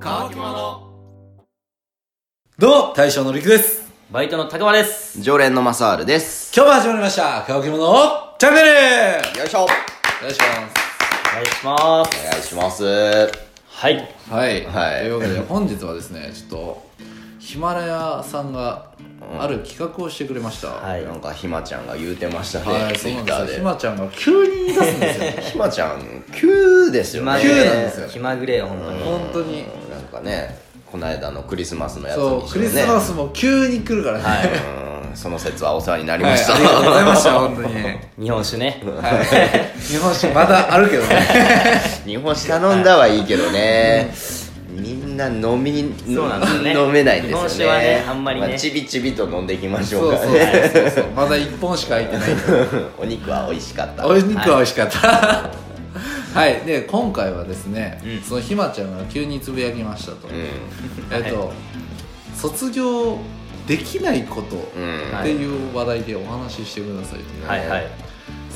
乾き物どうも大将のりくですバイトの高間です。常連のマサールです。今日も始まりました乾き物チャンネルよいしょおお願いしまお願いします。願いします。ははい。すはい、はいというわけで本日はですねちょっとヒマラヤさんがある企画をしてくれました、はいはいい。。なんかひまちゃんが言うてましたはね、い、ツそイうなッんターですよ。ひで。まちゃんが急に言い出すんです よ。ひまちゃん、急ですよ気まね。ぐれ急なんですよ気まぐれよ、本当に。本当に。なんかね、この間のクリスマスのやつにしろそね。う、クリスマスも急に来るからね。はい、うんその説はお世話になりあまりした。がとうございました、本当に。日本酒ね。 日本酒まだあるけどね。日本酒頼んだはいいけどね。みんな飲み、そうなんですよね飲めないんで日すよね。本酒はねあんまりねあちびちびと飲んでいきま しそょううそうかね。そうそう。まだ一本しか空いてない。 お肉は美味しかった。お肉は美味しかった。はい、で、今回はですね、そのひまちゃんが急につぶやきましたと。えっと、卒業できないことうん。うん。っていう話題でお話ししてくださいという。はいはい。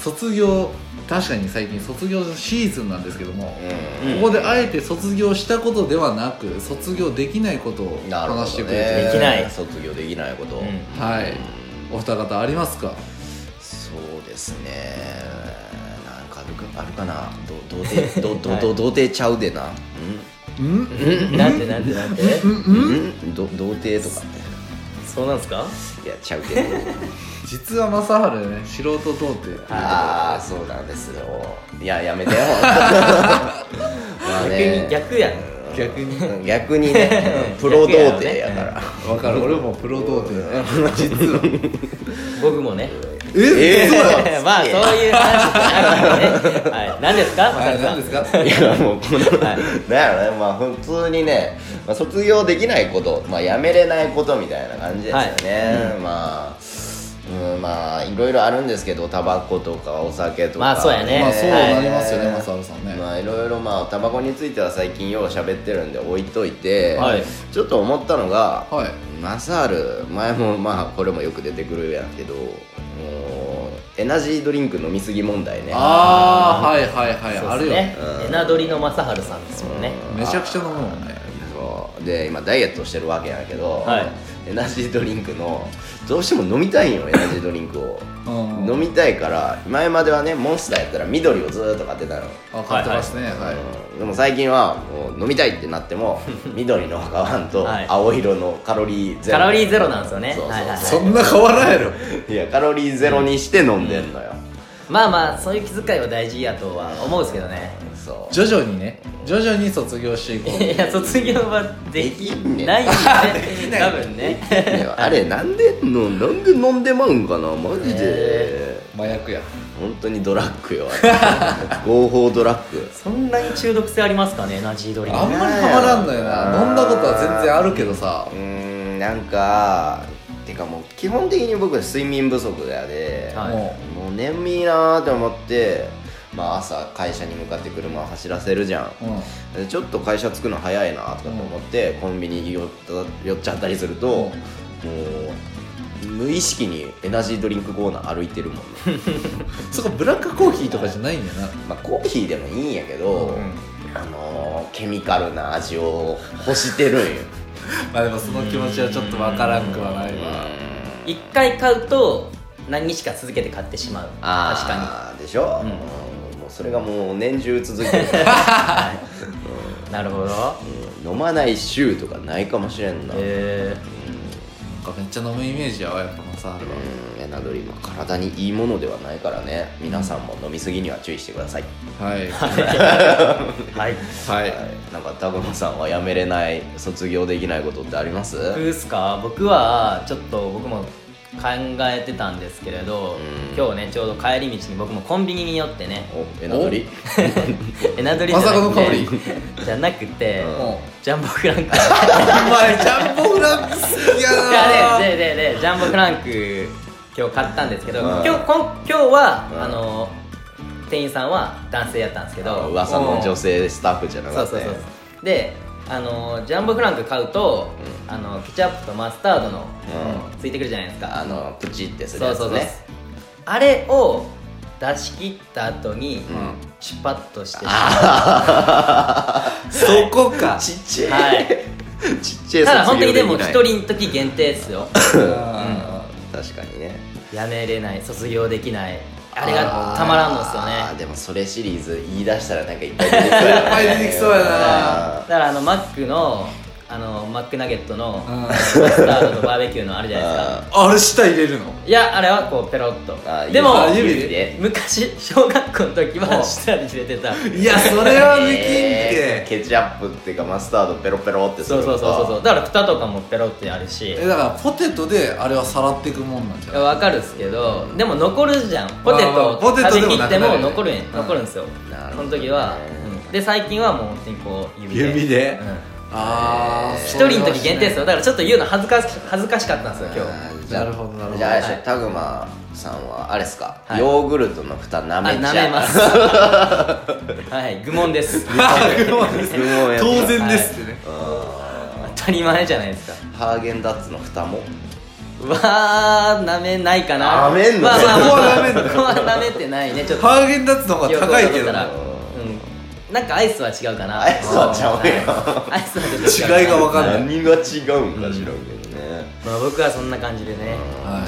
卒業確かに最近卒業シーズンなんですけども、うここであえて卒業したことではなく卒業できないことをん。なるほど、ね。話してくれてるできない卒業できないこと。うんはいお二方ありますかそうですねなんかあるかあるかなど童貞どどど童貞ちゃうでなうんなんでなんでなんでうん うんど童貞とかそうなんすかいやちゃうけど実は正治ね素人童貞ああそうなんですよいややめてよ逆まあねに、逆やん。逆にうん逆にねプロ童貞やからわかる俺もプロ童貞実は僕もね。ええそうだ えまあ、そういう話じゃなくてね。はい。何ですかまあされるさ何ん。ですかいやもうこの、はいなんやろねまあ普通にね、まあ、卒業できないこと、まあ、やめれないことみたいな感じですよね、まあうんまあいろいろあるんですけどタバコとかお酒とかまあそうやねまあそうなりますよねはい正治さんねまあいろいろまあタバコについては最近よう喋ってるんで置いといて、はいちょっと思ったのが、はいマサール前もまあこれもよく出てくるやんけどもうエナジードリンク飲みすぎ問題ねああはいはいはいそうあっするよねね。エナドリの正治さんですもんね。めちゃくちゃ飲むもんねそうで今ダイエットしてるわけやけど、はいエナジードリンクのどうしても飲みたいんよエナジードリンクをうん飲みたいから前まではねモンスターやったら緑をずーっと買ってたの、あ買ってますねはいうんでも最近はもう飲みたいってなって も緑の買わんとはい青色のカロリーゼロカロリーゼロなんですよね。そうそうはいはいはいそんな変わらんやろいやカロリーゼロにして飲んでんのよ、まあまあ、そういう気遣いは大事やとは思うんですけどね。そう徐々にね徐々に卒業していこ ういや、卒業はできないよね。多分ね。い やあれなんでのなんで飲んでまうんかなマジで、麻薬や本当にドラッグよあ れ合法ドラッグそんなに中毒性ありますかね、エナジードリンク。あんまりハマらんのよな飲んだことは全然あるけどさうーんなんかてかもう基本的に僕は睡眠不足だよね、はいももう眠いなーって思ってまあ朝会社に向かって車を走らせるじゃんううんでちょっと会社着くの早いなとかと思って、コンビニに寄った寄っちゃったりすると、もう無意識にエナジードリンクコーナー歩いてるもんねそこブラックコーヒーとかじゃないんだよなまあコーヒーでもいいんやけど、あのーケミカルな味を欲してるんよまあでもその気持ちはちょっとわからんくはないわ一回買うと何日か続けて買ってしまう確かあーでしょ、うんうんもうそれがもう年中続いてるになるほどうん飲まない週とかないかもしれんな、えなんかめっちゃ飲むイメージやわやっぱマサハルはうんエナドリも体にいいものではないからね皆さんも飲みすぎには注意してください、はいー、はい はいなんかタグマさんはやめれない卒業できないことってあります僕ですか僕はちょっと僕も考えてたんですけれど、うん今日ねちょうど帰り道に僕もコンビニに寄ってねおエナドリエナドリじゃなまさかのく香 てりじゃなくて、もジャンボクランクうお前ジャンボフランク好きやいやなででででジャンボフランク今日買ったんですけど、うん今日こん今日は、うんあの店員さんは男性やったんですけど噂の女性スタッフじゃなそかうっそたうそねうそうであのジャンボフランク買うと、あのケチャップとマスタードのうんついてくるじゃないですかあのプチってするそやうつそうそうねあれを出出し切った後に、チュパッとしてそこかちっちゃ、はいいちっちゃいただ本当にでも卒一業き人の時限定ですよあない確かにねやめれない卒業できないあれがたまらんのですよあーねでもそれシリーズ言い出したらなんかいっぱい出てきそういっぱい出てきそうやなだからあのマックのあのマックナゲットのーマスタードとバーベキューのあるじゃないですかあれ舌入れるのいやあれはこうペロッとあーでもあ指指で昔小学校の時うはん下に入れてたいやそれはできんえーてケチャップっていうかマスタードペロペロってすそるうのそうかそうそうそうだから蓋とかもペロってあるしえだからポテトであれはさらっていくもんなんじゃないわかるっすけどでも残るじゃんポテまあまあトポテト食でべもきなっくなてるよねも残るんうん残るんですよそなるほどねの時はうんで最近はもう本当にこう指で指でうんああ一人の時限定ですよだからちょっと言うの恥ずかし恥ずかしかったんですよ今日あーじゃあなるほどなるほどじゃああれでしょはいタグマさんはあれですか、はいヨーグルトの蓋舐あめちゃう舐め ますはい愚問ですすごいやっぱ当然ですってね 当たり前じゃないですかハーゲンダッツの蓋もわー、なめないかな。舐めんのまあまあ、そこは舐めんのここは舐めてないね、ちょっと。ハーゲンダッツの方が高いけどよなく考えたらうん。なんかアイスは違うかな。アイスはちゃうやんはい アイスはちょっと違いが分わかんない何が違うんか知らんけどね、まあ、僕はそんな感じでね。はい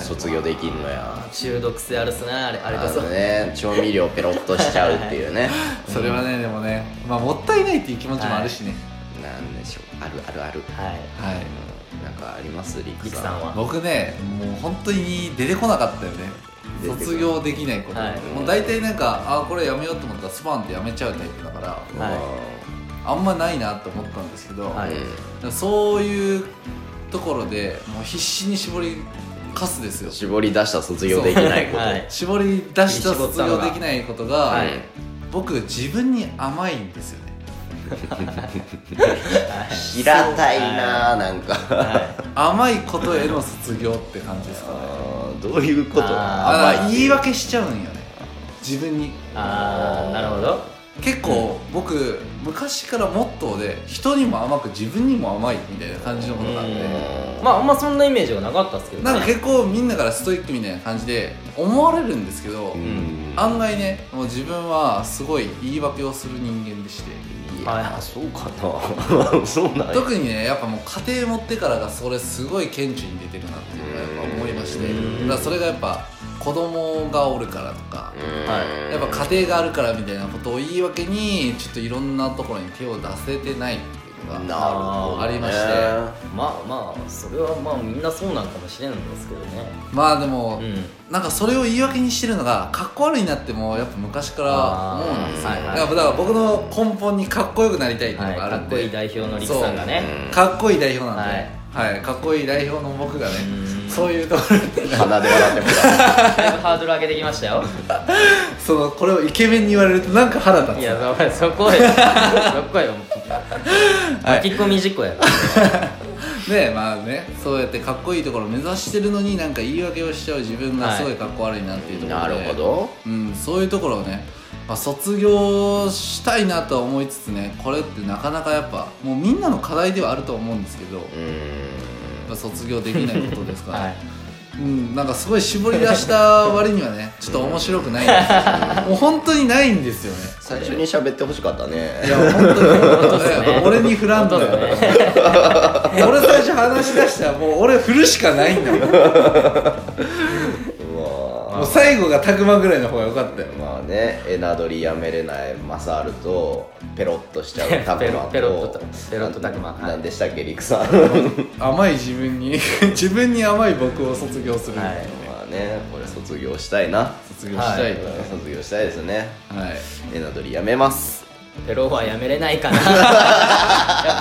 卒業できんのや中毒性あるっすね、あれ、ああれこそ。のね調味料ペロッとしちゃうっていうねそれはねでもねまあもったいないっていう気持ちもあるしねなんでしょうあるあるあるはい。はいなんかありますリクリクさんさんは。僕ねもう本当に出てこなかったよね出てこない卒業できないこと、はいもう大体なんかあーこれやめようと思ったらスパンってやめちゃうタイプだから、はあんまないなと思ったんですけど、はいそういうところでもう必死に絞りかすですよ絞り出した卒業できないこと、はい絞り出した絞っ卒たの業ができないことが、はい僕自分に甘いんですよね平たいなあなんかは甘いことへの卒業って感じですかねあーどういうことだあから言い訳しちゃうんよね自分にい。あー、なるほど。結構僕昔からモットーで人にも甘く自分にも甘いみたいな感じのものがあってまあ、あんまそんなイメージはなかったっすけどね。なんか結構みんなからストイックみたいな感じで思われるんですけど、うん案外ねもう自分はすごい言い訳をする人間でしていはいやそうかな そうなんや特にねやっぱもう家庭持ってからがそれすごい顕著に出てるなっていうのがやっぱ思いましてうんだからそれがやっぱ子供がおるからとかうんはやっぱ家庭があるからみたいなことを言い訳にちょっといろんなところに手を出せてないっていうのがなるほどねありましてまあまあ、それはまあ、みんなそうなんかもしれないんですけどね。まあでも、うん。なんかそれを言い訳にしてるのがかっこ悪いなってもうやっぱ昔から思うんですよ、あーはいはいやっぱだから僕の根本にかっこよくなりたいっていうはのい、があかるっんで、こいい代表のリクさんがね。かっこいい代表なんで、はいかっこいい代表の僕がねうんそういうところで鼻で笑ってもだいぶハードル上げてきましたよそのこれをイケメンに言われるとなんか腹立ついやそこへそこへ巻き込み事故やでまあねそうやってかっこいいところを目指してるのになんか言い訳をしちゃう自分がすごいかっこ悪いなっていうところなで、るほどうん、そういうところをね、まあ、卒業したいなとは思いつつねこれってなかなかやっぱもうみんなの課題ではあると思うんですけど、うーまあ、卒業できないことです から、はいうん、なんかすごい絞り出した割にはねちょっと面白くないんです よもう本当にないんですよねん最初に喋ってほしかったねいや本当に当っすね俺に振らんの本当よ、っすね俺最初話し出したらもう俺振るしかないん だもんうわもう最後がたくまぐらいの方が良かったよーまあねエナドリやめれないマサールとペロッとしちゃうタクマとペロペロッとペロッとタクマはいなんでしたっけリクさんま甘い自分に 自分に甘い僕を卒業するみたいな、はいあねこれ卒業したいな卒業したいよね卒業したいですねはい、エナドリやめますペロはやめれない かない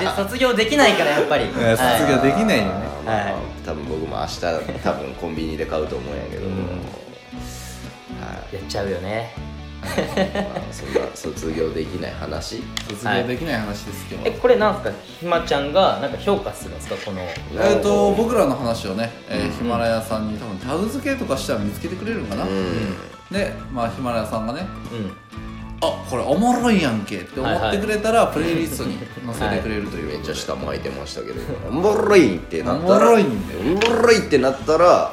やで卒業できないからやっぱり、いや卒業できないよねあーまあはい多分僕も明日多分コンビニで買うと思うんやけど、んはやっちゃうよねい、まあ、そんな卒業できない話卒業できない話ですけど、えこれなんすかひまちゃんがなんか評価するんですかこの えっと僕らの話をね、えーヒマラヤさんに多分タグ付けとかしたら見つけてくれるのかな、うんで、まあ、ヒマラヤさんがねうんあこれおもろいやんけって思ってくれたら、プレイリストに載せてくれるという、めっちゃ下巻いてましたけどおもろいってなったらおもろいんだよおもろいってなったら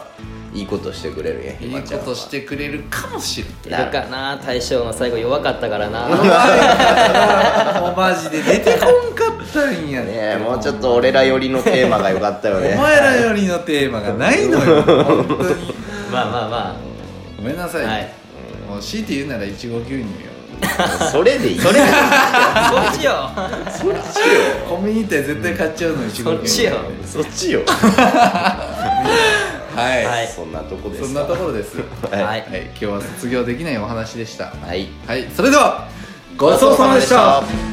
いいことしてくれるやんひいいまちゃこんはとしてくれるかもしれないいるかな大将の最後弱かったから なもうマジで出てこんかったんやってねえもうちょっと俺ら寄りのテーマがよかったよおね前らよりのテーマがないのよ本当にまあまあまごめんなさい、はいもう強いて言うならいちご牛乳よそれでいいそれあそっちよコンビニ行ったら絶対買っちゃうのいちご牛乳そっちよそっちよはい、はいそんなとこですそかんなところですははいいはい、今日は卒業できないお話でしたはいはい、それではごちそうさまでしたごちそうさまでした